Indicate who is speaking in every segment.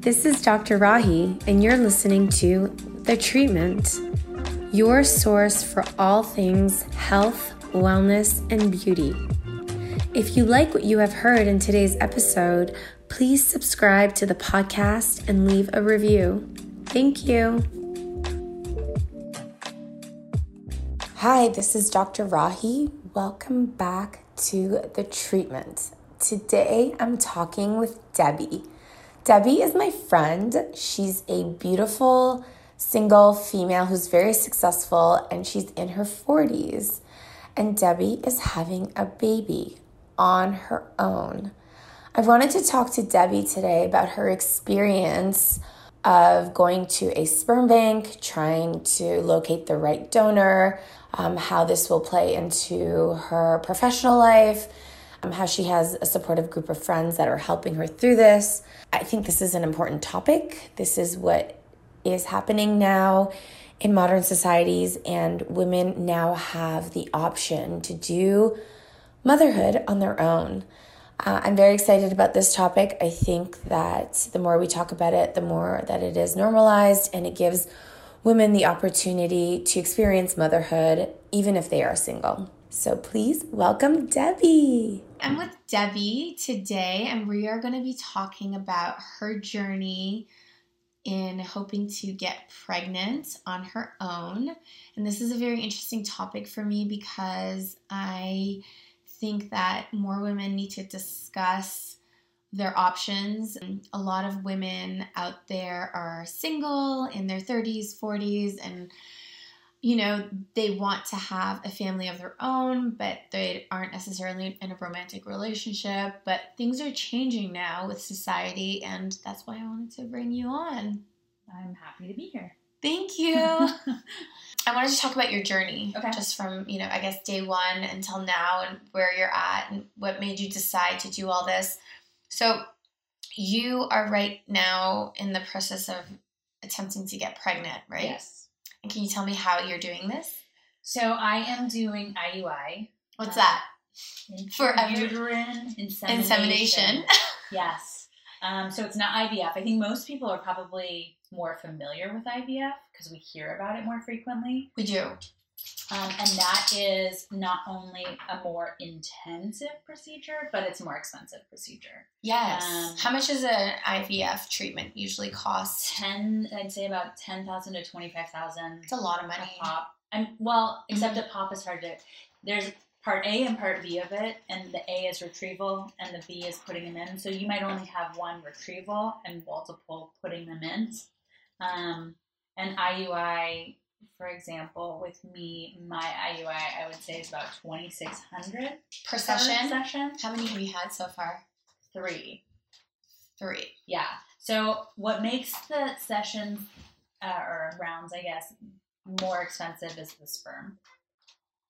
Speaker 1: This is Dr. Rahi, and you're listening to The Treatment, your source for all things health, wellness, and beauty. If you like what you have heard in today's episode, please subscribe to the podcast and leave a review. Thank you. Hi, this is Dr. Rahi. Welcome back to The Treatment. Today I'm talking with Debbie. Debbie is my friend. She's a beautiful single female who's very successful and she's in her 40s. And Debbie is having a baby on her own. I wanted to talk to Debbie today about her experience of going to a sperm bank, trying to locate the right donor, um, how this will play into her professional life um, how she has a supportive group of friends that are helping her through this. I think this is an important topic. This is what is happening now in modern societies, and women now have the option to do motherhood on their own. Uh, I'm very excited about this topic. I think that the more we talk about it, the more that it is normalized and it gives women the opportunity to experience motherhood, even if they are single. So please welcome Debbie. I'm with Debbie today, and we are going to be talking about her journey in hoping to get pregnant on her own. And this is a very interesting topic for me because I think that more women need to discuss their options. A lot of women out there are single in their 30s, 40s, and you know, they want to have a family of their own, but they aren't necessarily in a romantic relationship. But things are changing now with society, and that's why I wanted to bring you on.
Speaker 2: I'm happy to be here.
Speaker 1: Thank you. I wanted to talk about your journey,
Speaker 2: Okay.
Speaker 1: just from, you know, I guess day one until now and where you're at and what made you decide to do all this. So, you are right now in the process of attempting to get pregnant, right?
Speaker 2: Yes.
Speaker 1: And can you tell me how you're doing this?
Speaker 2: So I am doing IUI.
Speaker 1: What's
Speaker 2: Uh,
Speaker 1: that? For every-
Speaker 2: uterine insemination.
Speaker 1: Insemination.
Speaker 2: yes. Um, so it's not IVF. I think most people are probably more familiar with IVF because we hear about it more frequently.
Speaker 1: We do.
Speaker 2: Um, and that is not only a more intensive procedure, but it's a more expensive procedure.
Speaker 1: Yes.
Speaker 2: Um,
Speaker 1: How much does an IVF treatment usually cost?
Speaker 2: Ten, I'd say about ten thousand to twenty-five thousand.
Speaker 1: It's a lot of
Speaker 2: a
Speaker 1: money.
Speaker 2: pop. And well, except a pop is hard to. There's part A and part B of it, and the A is retrieval, and the B is putting them in. So you might only have one retrieval and multiple putting them in. Um, and IUI, for example, with me, my IUI, I would say is about twenty six hundred
Speaker 1: Per session?
Speaker 2: Session
Speaker 1: How many have you had so far?
Speaker 2: three.
Speaker 1: Three.
Speaker 2: Yeah. So what makes the sessions uh, or rounds, I guess, more expensive is the sperm.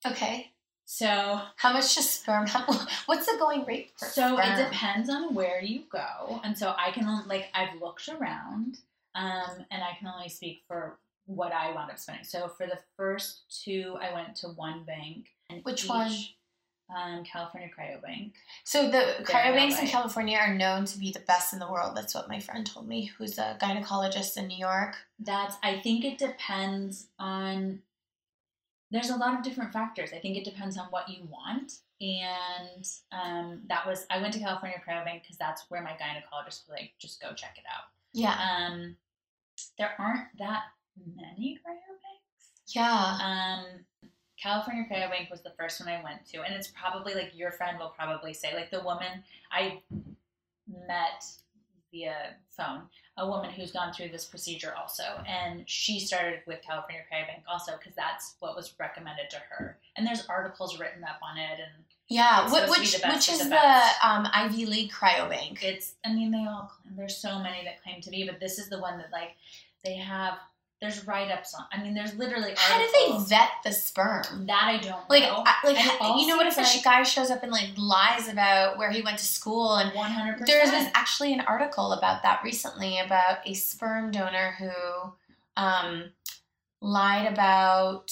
Speaker 1: Okay.
Speaker 2: So
Speaker 1: How much does sperm? How, what's the going rate for
Speaker 2: so
Speaker 1: sperm?
Speaker 2: it depends on where you go, and so I can on- like I've looked around, um, and I can only speak for what I wound up spending. So for the first two, I went to one bank. And
Speaker 1: Which one?
Speaker 2: Um, California Cryobank.
Speaker 1: So the cryobanks in
Speaker 2: right.
Speaker 1: California are known to be the best in the world. That's what my friend told me, who's a gynecologist in New York.
Speaker 2: That's I think it depends on there's a lot of different factors. I think it depends on what you want. And um, that was I went to California Cryobank because that's where my gynecologist was like, just go check it out.
Speaker 1: Yeah.
Speaker 2: Um, there aren't that many cryobanks.
Speaker 1: Yeah.
Speaker 2: Um, California Cryobank was the first one I went to, and it's probably like your friend will probably say, like the woman I met via phone, a woman who's gone through this procedure also, and she started with California Cryobank also because that's what was recommended to her. And there's articles written up on it, and
Speaker 1: Yeah.
Speaker 2: It's
Speaker 1: What,
Speaker 2: supposed to be
Speaker 1: which which
Speaker 2: the best of
Speaker 1: is
Speaker 2: the
Speaker 1: the
Speaker 2: best.
Speaker 1: um, Ivy League cryobank?
Speaker 2: it's I mean they all claim there's so many that claim to be, but this is the one that like they have. There's write ups on. I mean, there's literally.
Speaker 1: How do they
Speaker 2: articles.
Speaker 1: vet the sperm?
Speaker 2: That I don't
Speaker 1: Like,
Speaker 2: know.
Speaker 1: I, like
Speaker 2: And it all
Speaker 1: you know what if
Speaker 2: seems
Speaker 1: a
Speaker 2: like-
Speaker 1: guy shows up and like lies about where he went to school and
Speaker 2: One hundred percent.
Speaker 1: there was actually an article about that recently about a sperm donor who um, lied about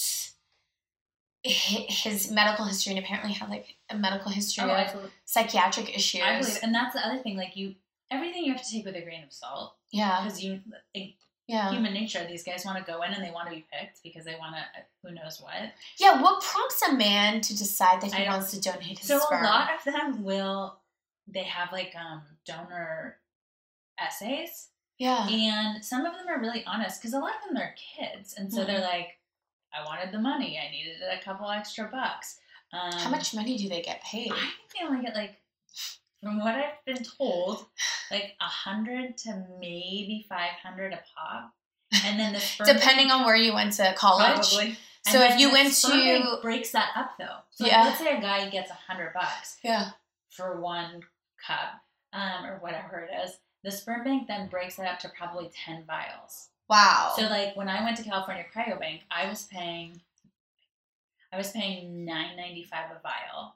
Speaker 1: hi- his medical history and apparently had like a medical history
Speaker 2: Oh,
Speaker 1: of
Speaker 2: I, believe,
Speaker 1: psychiatric issues.
Speaker 2: I believe, and that's the other thing. Like you, everything you have to take with a grain of salt
Speaker 3: Yeah.
Speaker 2: because you in
Speaker 1: Um,
Speaker 3: Yeah.
Speaker 2: human nature these guys want to go in and they want to be picked because they want to who knows what
Speaker 3: Yeah. What prompts a man to decide that
Speaker 2: I
Speaker 3: he
Speaker 2: don't-
Speaker 3: wants to donate his
Speaker 2: so
Speaker 3: sperm?
Speaker 2: a lot of them will they have like um donor essays
Speaker 3: yeah.
Speaker 2: and some of them are really honest because a lot of them are kids and so they're
Speaker 3: Mm-hmm.
Speaker 2: like i wanted the money i needed a couple extra bucks um,
Speaker 3: How much money do they get paid?
Speaker 2: I think they only get like, from what I've been told, like a hundred to maybe five hundred a pop, and then the sperm
Speaker 3: Depending on where you went to college.
Speaker 2: Probably.
Speaker 3: So
Speaker 2: And
Speaker 3: if
Speaker 2: then
Speaker 3: you
Speaker 2: the
Speaker 3: went
Speaker 2: sperm
Speaker 3: to-
Speaker 2: bank breaks that up though. So like,
Speaker 3: Yeah.
Speaker 2: let's say a guy gets a hundred bucks
Speaker 3: Yeah.
Speaker 2: for one cup, um, or whatever it is. The sperm bank then breaks that up to probably ten vials.
Speaker 3: Wow.
Speaker 2: So like when I went to California Cryobank, I was paying, I was paying nine ninety five a vial,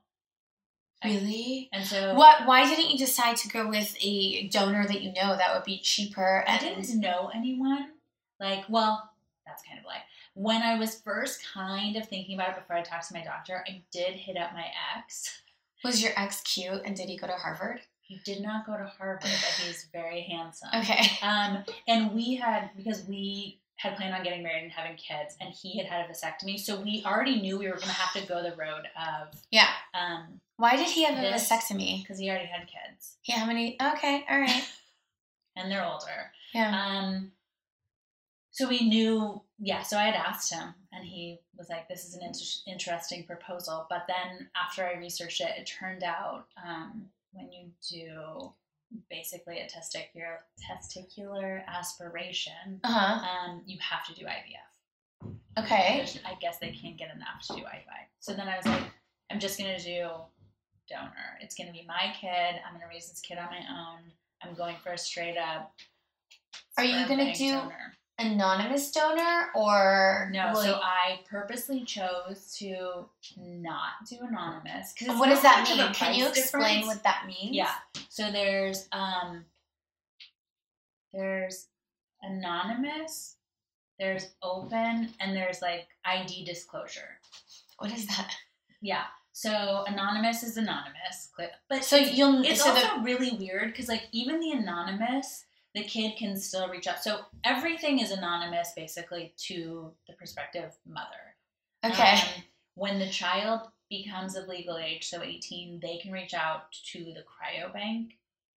Speaker 3: really?
Speaker 2: and so
Speaker 3: What? Why didn't you decide to go with a donor that you know that would be cheaper?
Speaker 2: I
Speaker 3: And
Speaker 2: didn't know anyone. Like, well, that's kind of a lie. When I was first kind of thinking about it before I talked to my doctor, I did hit up my ex.
Speaker 3: was your ex cute? And did he go to Harvard?
Speaker 2: He did not go to Harvard, but he's very handsome.
Speaker 3: Okay.
Speaker 2: Um, and we had because we had planned on getting married and having kids, and he had had a vasectomy, so we already knew we were going to have to go the road of
Speaker 3: Yeah.
Speaker 2: um
Speaker 3: Why did he have a
Speaker 2: This-
Speaker 3: vasectomy?
Speaker 2: because he already had kids
Speaker 3: Yeah. How many? Okay. All right.
Speaker 2: and they're older.
Speaker 3: Yeah.
Speaker 2: Um, so we knew, yeah. So I had asked him, and he was like, "This is an inter- interesting proposal." But then after I researched it, it turned out um, when you do basically a testicular testicular aspiration,
Speaker 3: Uh huh.
Speaker 2: um, you have to do IVF.
Speaker 3: Okay.
Speaker 2: There's- I guess they can't get enough to do IVI. So then I was like, I'm just gonna do donor. It's gonna be my kid. I'm gonna raise this kid on my own. I'm going for a straight up.
Speaker 3: Are you
Speaker 2: sperm
Speaker 3: gonna
Speaker 2: bank
Speaker 3: do-
Speaker 2: donor.
Speaker 3: Anonymous donor or
Speaker 2: No,
Speaker 3: like-
Speaker 2: so I purposely chose to not do anonymous. Cause um, it's
Speaker 3: what
Speaker 2: not
Speaker 3: does that
Speaker 2: much of a
Speaker 3: mean? Can you
Speaker 2: price
Speaker 3: explain
Speaker 2: difference.
Speaker 3: what that means?
Speaker 2: Yeah. So there's um there's anonymous, there's open, and there's like ID disclosure.
Speaker 3: What is that?
Speaker 2: Yeah. So anonymous is anonymous, cli- but
Speaker 3: So you'll
Speaker 2: it's
Speaker 3: so
Speaker 2: also really weird because like even the anonymous, the kid can still reach out. So everything is anonymous basically to the prospective mother.
Speaker 3: the, okay.
Speaker 2: Um, when the child becomes of legal age, so 18, they can reach out to the cryobank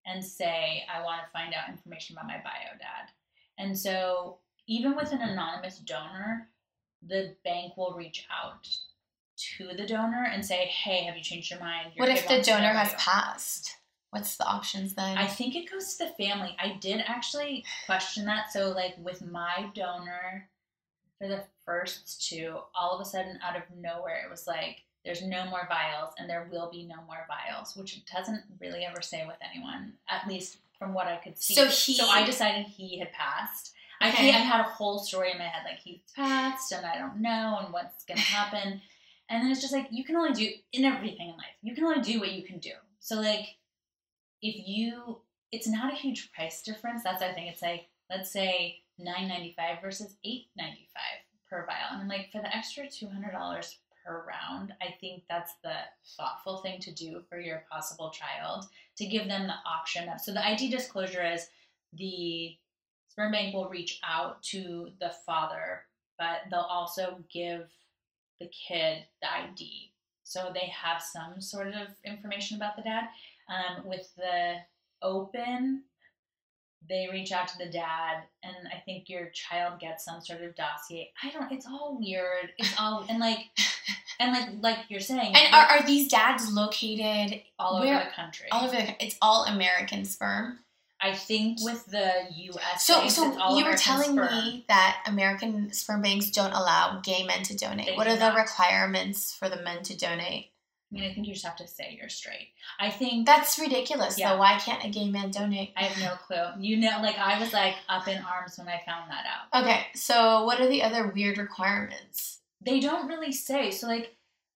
Speaker 2: and say, "I want to find out information about my bio dad." And so even with an anonymous donor, the bank will reach out to the donor and say, "Hey, have you changed your mind?" Your
Speaker 3: what
Speaker 2: kid
Speaker 3: if the
Speaker 2: wants to know
Speaker 3: donor
Speaker 2: about
Speaker 3: has
Speaker 2: you."
Speaker 3: passed? What's the options then?
Speaker 2: I think it goes to the family. I did actually question that. So, like with my donor, for the first two, all of a sudden, out of nowhere, it was like, "There's no more vials, and there will be no more vials," which it doesn't really ever say with anyone, at least from what I could see.
Speaker 3: So he-
Speaker 2: so I decided he had passed. I
Speaker 3: Okay.
Speaker 2: think I had a whole story in my head, like he's passed, and I don't know, and what's gonna happen. And then it's just like you can only do in everything in life. You can only do what you can do. So like if you it's not a huge price difference. That's I think it's like let's say nine ninety five versus eight ninety five per vial. And I'm like for the extra two hundred dollars per round, I think that's the thoughtful thing to do for your possible child to give them the option of so the ID disclosure is the sperm bank will reach out to the father, but they'll also give the kid the ID. So they have some sort of information about the dad. Um, with the open, they reach out to the dad, and I think your child gets some sort of dossier. I don't. It's all weird. It's all and like, and like like you're saying,
Speaker 3: and are, are these dads located
Speaker 2: all over
Speaker 3: where-
Speaker 2: the country.
Speaker 3: all over? The, it's all American sperm.
Speaker 2: I think with the U.S.
Speaker 3: So
Speaker 2: banks,
Speaker 3: so
Speaker 2: it's all
Speaker 3: you were
Speaker 2: American
Speaker 3: telling
Speaker 2: sperm.
Speaker 3: me that American sperm banks don't allow gay men to donate.
Speaker 2: They
Speaker 3: what
Speaker 2: do
Speaker 3: are the
Speaker 2: not.
Speaker 3: requirements for the men to donate?
Speaker 2: I mean, I think you just have to say you're straight. I think
Speaker 3: That's ridiculous.
Speaker 2: Yeah.
Speaker 3: Though why can't a gay man donate?
Speaker 2: I have no clue. You know, like I was like up in arms when I found that out.
Speaker 3: Okay, so what are the other weird requirements?
Speaker 2: They don't really say. So like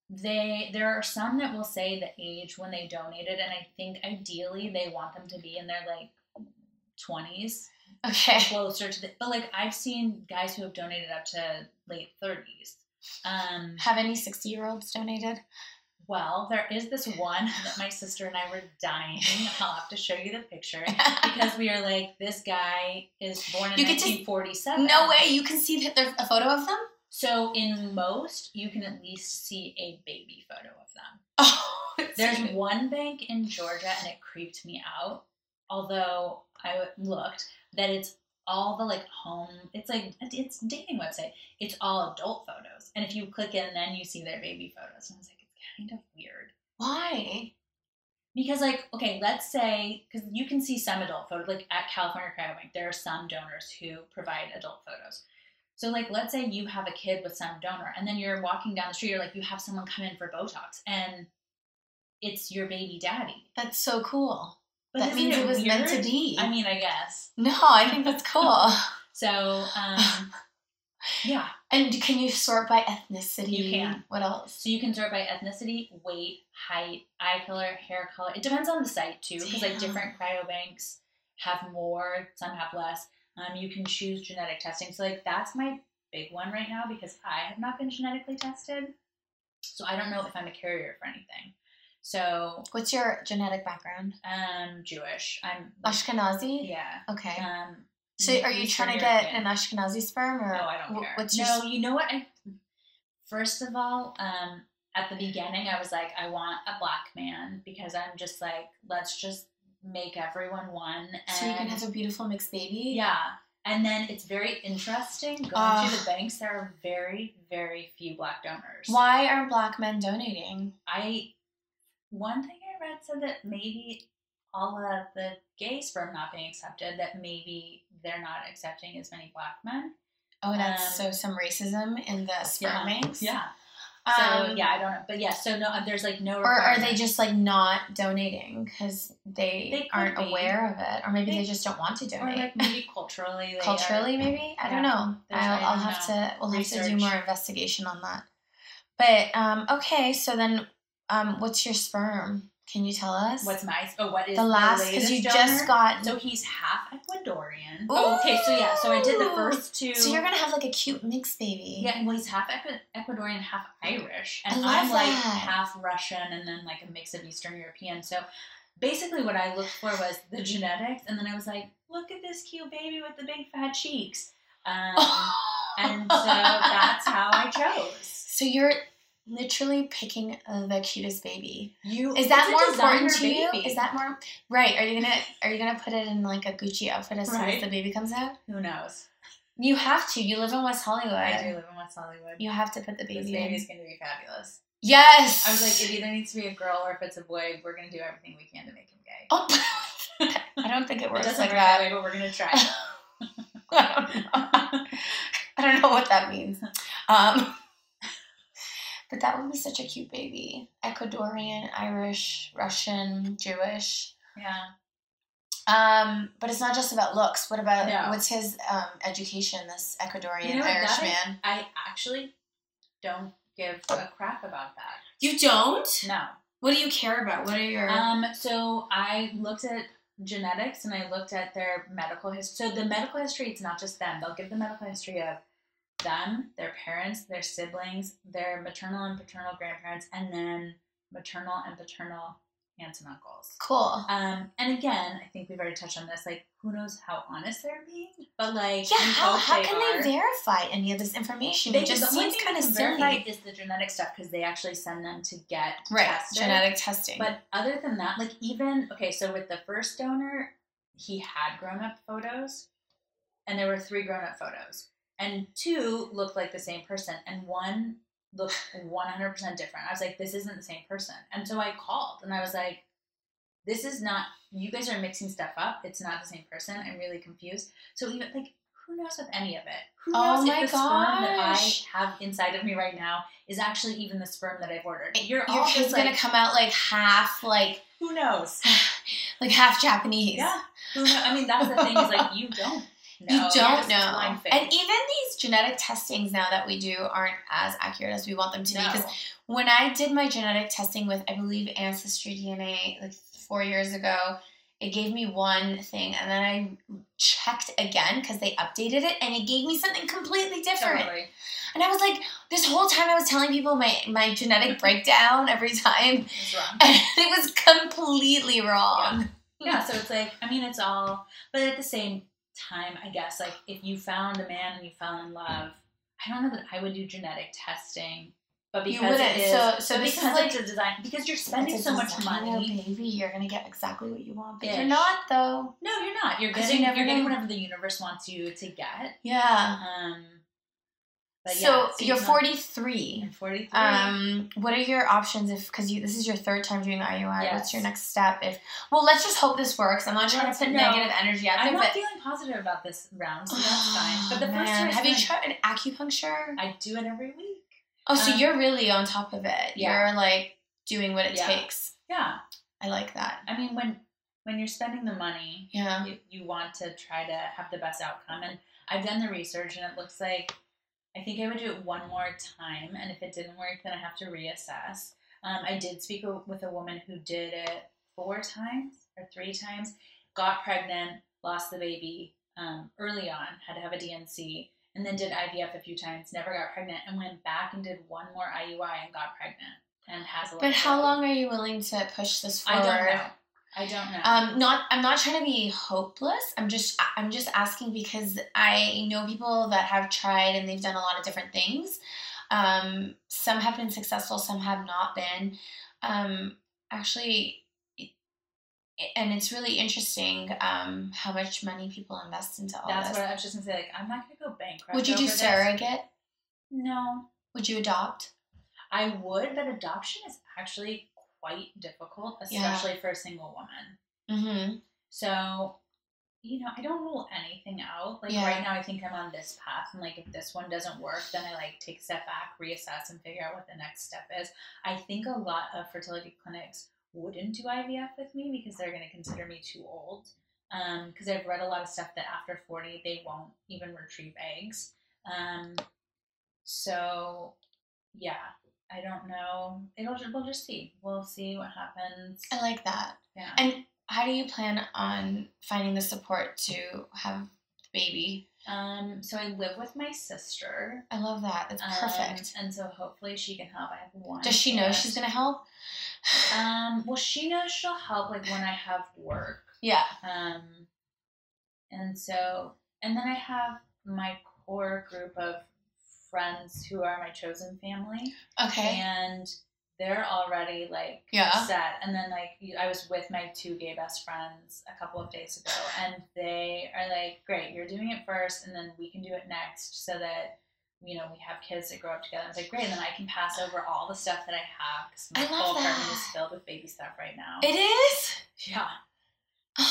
Speaker 2: they there are some that will say the age when they donated and I think ideally they want them to be in their like 20s,
Speaker 3: Okay.
Speaker 2: closer to the But like I've seen guys who have donated up to late 30s. Um
Speaker 3: Have any 60 year olds donated?
Speaker 2: Well, there is this one that my sister and I were dying. I'll have to show you the picture because we are like, this guy is born in
Speaker 3: You get to-
Speaker 2: 1947.
Speaker 3: No way you can see that there's a photo of them?
Speaker 2: So in most, you can at least see a baby photo of them.
Speaker 3: Oh, it's
Speaker 2: There's
Speaker 3: cute.
Speaker 2: one bank in Georgia, and it creeped me out. Although I w- looked, that it's all the like home. It's like it's dating website. It's all adult photos, and if you click in, then you see their baby photos. And I was like, it's kind of weird.
Speaker 3: Why?
Speaker 2: Because like, okay, let's say because you can see some adult photos, like at California Cryobank, there are some donors who provide adult photos. So like, let's say you have a kid with some donor, and then you're walking down the street, or like you have someone come in for Botox, and it's your baby daddy.
Speaker 3: That's so cool.
Speaker 2: But
Speaker 3: that
Speaker 2: isn't
Speaker 3: means it, was meant to
Speaker 2: weird?
Speaker 3: be.
Speaker 2: I mean, I guess.
Speaker 3: no, I think that's cool.
Speaker 2: So, um, yeah.
Speaker 3: and can you sort by ethnicity?
Speaker 2: You can.
Speaker 3: What else?
Speaker 2: So you can sort by ethnicity, weight, height, eye color, hair color. It depends on the site too, because like
Speaker 3: Damn.
Speaker 2: different cryobanks have more, some have less. Um, you can choose genetic testing. So like that's my big one right now because I have not been genetically tested, so I don't know if I'm a carrier for anything. So
Speaker 3: What's your genetic background?
Speaker 2: um, Jewish. I'm
Speaker 3: Ashkenazi?
Speaker 2: yeah.
Speaker 3: Okay.
Speaker 2: Um,
Speaker 3: so are you
Speaker 2: Eastern
Speaker 3: trying to get
Speaker 2: European.
Speaker 3: an Ashkenazi sperm or
Speaker 2: No, I don't
Speaker 3: wh-
Speaker 2: care.
Speaker 3: What's your
Speaker 2: no, you know what? I first of all, um, at the beginning, I was like, I want a black man because I'm just like, let's just make everyone one. And
Speaker 3: So you can have a beautiful mixed baby?
Speaker 2: yeah. And then it's very interesting going
Speaker 3: Ah.
Speaker 2: through the banks. There are very, very few black donors.
Speaker 3: Why are black men donating?
Speaker 2: I one thing I read said that maybe all of the gay sperm not being accepted, that maybe they're not accepting as many black men.
Speaker 3: Oh, that's so
Speaker 2: Um,
Speaker 3: some racism in the sperm banks.
Speaker 2: Yeah. So
Speaker 3: Um,
Speaker 2: yeah, I don't know, but yeah. So no, there's like no.
Speaker 3: Or are they
Speaker 2: requirement.
Speaker 3: just like not donating because they,
Speaker 2: They could
Speaker 3: aren't
Speaker 2: be.
Speaker 3: aware of it, or maybe they,
Speaker 2: They-
Speaker 3: just don't want to
Speaker 2: or
Speaker 3: donate?
Speaker 2: like maybe culturally? They are-
Speaker 3: Culturally, maybe I don't
Speaker 2: Yeah,
Speaker 3: know.
Speaker 2: there's-
Speaker 3: I'll,
Speaker 2: I
Speaker 3: I'll
Speaker 2: don't
Speaker 3: have
Speaker 2: know.
Speaker 3: to. We'll have to do
Speaker 2: Research.
Speaker 3: more investigation on that. But um, okay, so then, um, what's your sperm? Can you tell us
Speaker 2: what's my oh what is
Speaker 3: the last? Because
Speaker 2: latest
Speaker 3: you
Speaker 2: donor?
Speaker 3: just got.
Speaker 2: So he's half Ecuadorian. Oh, okay, so yeah, so I did the
Speaker 3: Ooh.
Speaker 2: first two.
Speaker 3: so you're gonna have like a cute mixed baby.
Speaker 2: yeah, well, he's half Ecu- Ecuadorian, half Irish, and
Speaker 3: I love
Speaker 2: I'm like
Speaker 3: that.
Speaker 2: half Russian, and then like a mix of Eastern European. So basically, what I looked for was the genetics, and then I was like, look at this cute baby with the big fat cheeks, um, and so that's how I chose.
Speaker 3: So you're literally picking uh, the cutest baby.
Speaker 2: You
Speaker 3: Is
Speaker 2: it's
Speaker 3: that
Speaker 2: a
Speaker 3: more important to
Speaker 2: designer
Speaker 3: you?
Speaker 2: baby.
Speaker 3: Is that more right? Are you gonna are you gonna put it in like a Gucci outfit as soon as
Speaker 2: Right.
Speaker 3: the baby comes out?
Speaker 2: who knows?
Speaker 3: You have to. You live in West Hollywood.
Speaker 2: I do live in West Hollywood.
Speaker 3: You have to put the
Speaker 2: this
Speaker 3: baby
Speaker 2: baby
Speaker 3: in.
Speaker 2: is gonna be fabulous.
Speaker 3: Yes.
Speaker 2: I was like, it either needs to be a girl or if it's a boy, we're gonna do everything we can to make him gay.
Speaker 3: oh. I don't think it
Speaker 2: It
Speaker 3: works
Speaker 2: doesn't
Speaker 3: like
Speaker 2: work that
Speaker 3: that.
Speaker 2: way, but we're gonna try.
Speaker 3: I don't know. I don't know what that means. Um, but that would be such a cute baby. Ecuadorian, Irish, Russian, Jewish.
Speaker 2: yeah.
Speaker 3: Um, but it's not just about looks. What about
Speaker 2: No.
Speaker 3: what's his um, education? This Ecuadorian
Speaker 2: You know what,
Speaker 3: Irish
Speaker 2: that is-
Speaker 3: man.
Speaker 2: I actually don't give a crap about that.
Speaker 3: You don't.
Speaker 2: No.
Speaker 3: What do you care about? What are your?
Speaker 2: Um. So I looked at genetics and I looked at their medical history. So the medical history, it's not just them. They'll give the medical history of them, their parents, their siblings, their maternal and paternal grandparents, and then maternal and paternal aunts and uncles.
Speaker 3: cool.
Speaker 2: Um, and again, I think we've already touched on this. Like, who knows how honest they're being? But like,
Speaker 3: Yeah.
Speaker 2: we
Speaker 3: How,
Speaker 2: hope
Speaker 3: how can
Speaker 2: are.
Speaker 3: they verify any of this information?
Speaker 2: They
Speaker 3: it just
Speaker 2: the only
Speaker 3: seems
Speaker 2: thing
Speaker 3: kind of
Speaker 2: they can
Speaker 3: silly.
Speaker 2: verify is the genetic stuff because they actually send them to get
Speaker 3: right.
Speaker 2: tested.
Speaker 3: Genetic testing.
Speaker 2: But other than that, like even okay, so with the first donor, he had grown up photos, and there were three grown up photos, and two looked like the same person, and one looked one hundred percent different. I was like, this isn't the same person, and so I called and I was like, this is not. You guys are mixing stuff up. It's not the same person. I'm really confused. So even like. Who knows with any of it? Who
Speaker 3: Oh
Speaker 2: knows
Speaker 3: my
Speaker 2: if the sperm that I
Speaker 3: gosh.
Speaker 2: have inside of me right now is actually even the sperm that I've ordered? You're
Speaker 3: your
Speaker 2: all
Speaker 3: kid's
Speaker 2: just
Speaker 3: gonna
Speaker 2: Oh, like,
Speaker 3: come out like half like
Speaker 2: who knows?
Speaker 3: like half Japanese.
Speaker 2: Yeah. Who know? I mean, that's the thing is like you don't. Know.
Speaker 3: You
Speaker 2: You're
Speaker 3: don't
Speaker 2: just
Speaker 3: know.
Speaker 2: blind faith.
Speaker 3: And even these genetic testings now that we do aren't as accurate as we want them to be. Because
Speaker 2: No.
Speaker 3: when I did my genetic testing with, I believe, Ancestry DNA like four years ago, It gave me one thing, and then I checked again because they updated it, and it gave me something completely different.
Speaker 2: Totally.
Speaker 3: And I was like, this whole time I was telling people my my genetic breakdown every time,
Speaker 2: It's wrong.
Speaker 3: and it was completely wrong.
Speaker 2: yeah so it's like i mean it's all but at the same time i guess like if you found a man and you fell in love i don't know that i would do genetic testing but
Speaker 3: You
Speaker 2: because
Speaker 3: wouldn't,
Speaker 2: it is
Speaker 3: so- so
Speaker 2: but
Speaker 3: this is
Speaker 2: because it's
Speaker 3: like-
Speaker 2: a design because you're spending
Speaker 3: It's a
Speaker 2: so much
Speaker 3: designer,
Speaker 2: money
Speaker 3: baby. You're gonna get exactly what you want, but
Speaker 2: Ish.
Speaker 3: you're not though.
Speaker 2: no you're not you're
Speaker 3: 'Cause
Speaker 2: getting
Speaker 3: you
Speaker 2: you
Speaker 3: never
Speaker 2: are getting
Speaker 3: know.
Speaker 2: whatever the universe wants you to get
Speaker 3: Yeah.
Speaker 2: um but yeah,
Speaker 3: so you're
Speaker 2: not-
Speaker 3: 43.
Speaker 2: I'm 43
Speaker 3: Um, what are your options if because you this is your third time doing the IUI? What's
Speaker 2: Yes.
Speaker 3: your next step? If well, let's just hope this works. I'm not trying to put
Speaker 2: No.
Speaker 3: negative energy out
Speaker 2: i'm
Speaker 3: there,
Speaker 2: not
Speaker 3: but
Speaker 2: feeling positive about this round so that's fine but the
Speaker 3: Oh,
Speaker 2: first
Speaker 3: man.
Speaker 2: time
Speaker 3: have you tried an acupuncture?
Speaker 2: i do it every week
Speaker 3: oh, so
Speaker 2: um,
Speaker 3: you're really on top of it.
Speaker 2: yeah.
Speaker 3: You're like doing what it
Speaker 2: Yeah.
Speaker 3: takes.
Speaker 2: yeah
Speaker 3: I like that.
Speaker 2: i mean when when you're spending the money
Speaker 3: Yeah.
Speaker 2: you, you want to try to have the best outcome. And I've done the research, and it looks like I think I would do it one more time. And if it didn't work, then I have to reassess. Um, I did speak w- with a woman who did it four times or three times, got pregnant, lost the baby um, early on, had to have a DNC, and then did IVF a few times, never got pregnant, and went back and did one more IUI and got pregnant and has a little
Speaker 3: But how
Speaker 2: baby.
Speaker 3: long are you willing to push this
Speaker 2: I
Speaker 3: forward?
Speaker 2: don't know. I don't know.
Speaker 3: Um, not I'm not trying to be hopeless. I'm just I'm just asking because I know people that have tried and they've done a lot of different things. Um, some have been successful, some have not been. Um, actually, it- and it's really interesting um, how much money people invest into all
Speaker 2: That's
Speaker 3: this.
Speaker 2: what I was just gonna say. Like, I'm not gonna go bankrupt.
Speaker 3: Would you do
Speaker 2: over this.
Speaker 3: surrogate?
Speaker 2: No,
Speaker 3: Would you adopt?
Speaker 2: I would, but adoption is actually quite difficult,
Speaker 3: Yeah.
Speaker 2: especially for a single woman.
Speaker 3: Mm-hmm.
Speaker 2: So, you know, I don't rule anything out. Like
Speaker 3: Yeah.
Speaker 2: right now, I think I'm on this path, and like if this one doesn't work, then I like take a step back, reassess, and figure out what the next step is. I think a lot of fertility clinics wouldn't do IVF with me because they're going to consider me too old. Because I've read a lot of stuff that after 40, they won't even retrieve eggs. Um, so, yeah, I don't know. It'll ju- we'll just see. We'll see what happens.
Speaker 3: I like that.
Speaker 2: Yeah.
Speaker 3: And how do you plan on finding the support to have the baby?
Speaker 2: Um, so I live with my sister.
Speaker 3: I love that. That's
Speaker 2: Um,
Speaker 3: perfect.
Speaker 2: and so hopefully she can help. I have one.
Speaker 3: Does she know
Speaker 2: aunt.
Speaker 3: she's gonna help?
Speaker 2: Um, well, she knows she'll help like when I have work.
Speaker 3: Yeah.
Speaker 2: Um, and so, and then I have my core group of friends who are my chosen family,
Speaker 3: Okay.
Speaker 2: and they're already like
Speaker 3: Yeah.
Speaker 2: set. And then like you- I was with my two gay best friends a couple of days ago, and they are like, "Great, you're doing it first, and then we can do it next, so that you know we have kids that grow up together." I was like, "Great," and then I can pass over all the stuff that I have because my
Speaker 3: I love
Speaker 2: whole apartment
Speaker 3: that.
Speaker 2: is filled with baby stuff right now.
Speaker 3: It is.
Speaker 2: yeah.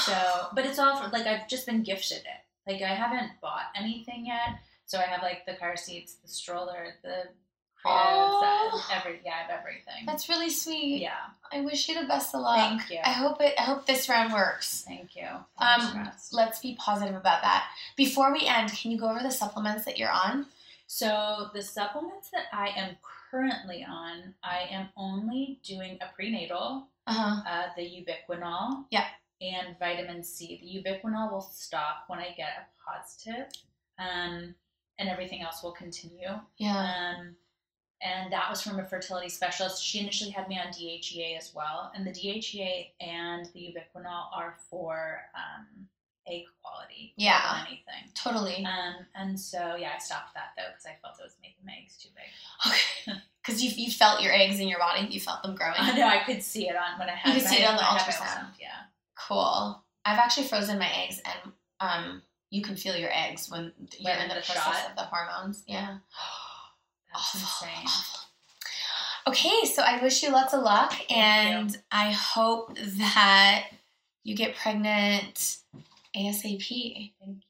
Speaker 2: So, but it's all for, like I've just been gifted it. Like I haven't bought anything yet, so I have like the car seats, the stroller, the cribs,
Speaker 3: Oh.
Speaker 2: and every yeah, I have everything.
Speaker 3: That's really sweet.
Speaker 2: yeah.
Speaker 3: I wish you the best of luck.
Speaker 2: Thank you.
Speaker 3: I hope it. I hope this round works.
Speaker 2: Thank you.
Speaker 3: Um,
Speaker 2: Fingers crossed.
Speaker 3: Let's be positive about that. Before we end, can you go over the supplements that you're on?
Speaker 2: So the supplements that I am currently on, I am only doing a prenatal,
Speaker 3: Uh huh.
Speaker 2: uh, the ubiquinol.
Speaker 3: Yeah.
Speaker 2: And vitamin C. The ubiquinol will stop when I get a positive, um, and everything else will continue.
Speaker 3: Yeah.
Speaker 2: Um, and that was from a fertility specialist. She initially had me on DHEA as well, and the DHEA and the ubiquinol are for um, egg quality. more
Speaker 3: Yeah.
Speaker 2: than Anything.
Speaker 3: Totally.
Speaker 2: Um, and so yeah, I stopped that though because I felt it was making my eggs too big.
Speaker 3: Okay. Because you you felt your eggs in your body. You felt them growing.
Speaker 2: I know I could see it on when I had.
Speaker 3: could see it on the
Speaker 2: I had my
Speaker 3: ultrasound.
Speaker 2: Yeah.
Speaker 3: Cool. I've actually frozen my eggs, and um, you can feel your eggs when you're
Speaker 2: When
Speaker 3: in the,
Speaker 2: the
Speaker 3: process
Speaker 2: shot?
Speaker 3: of the hormones. Yeah.
Speaker 2: That's
Speaker 3: Awful,
Speaker 2: insane.
Speaker 3: awful. Okay, so I wish you lots of luck,
Speaker 2: you.
Speaker 3: and I hope that you get pregnant ASAP.
Speaker 2: Thank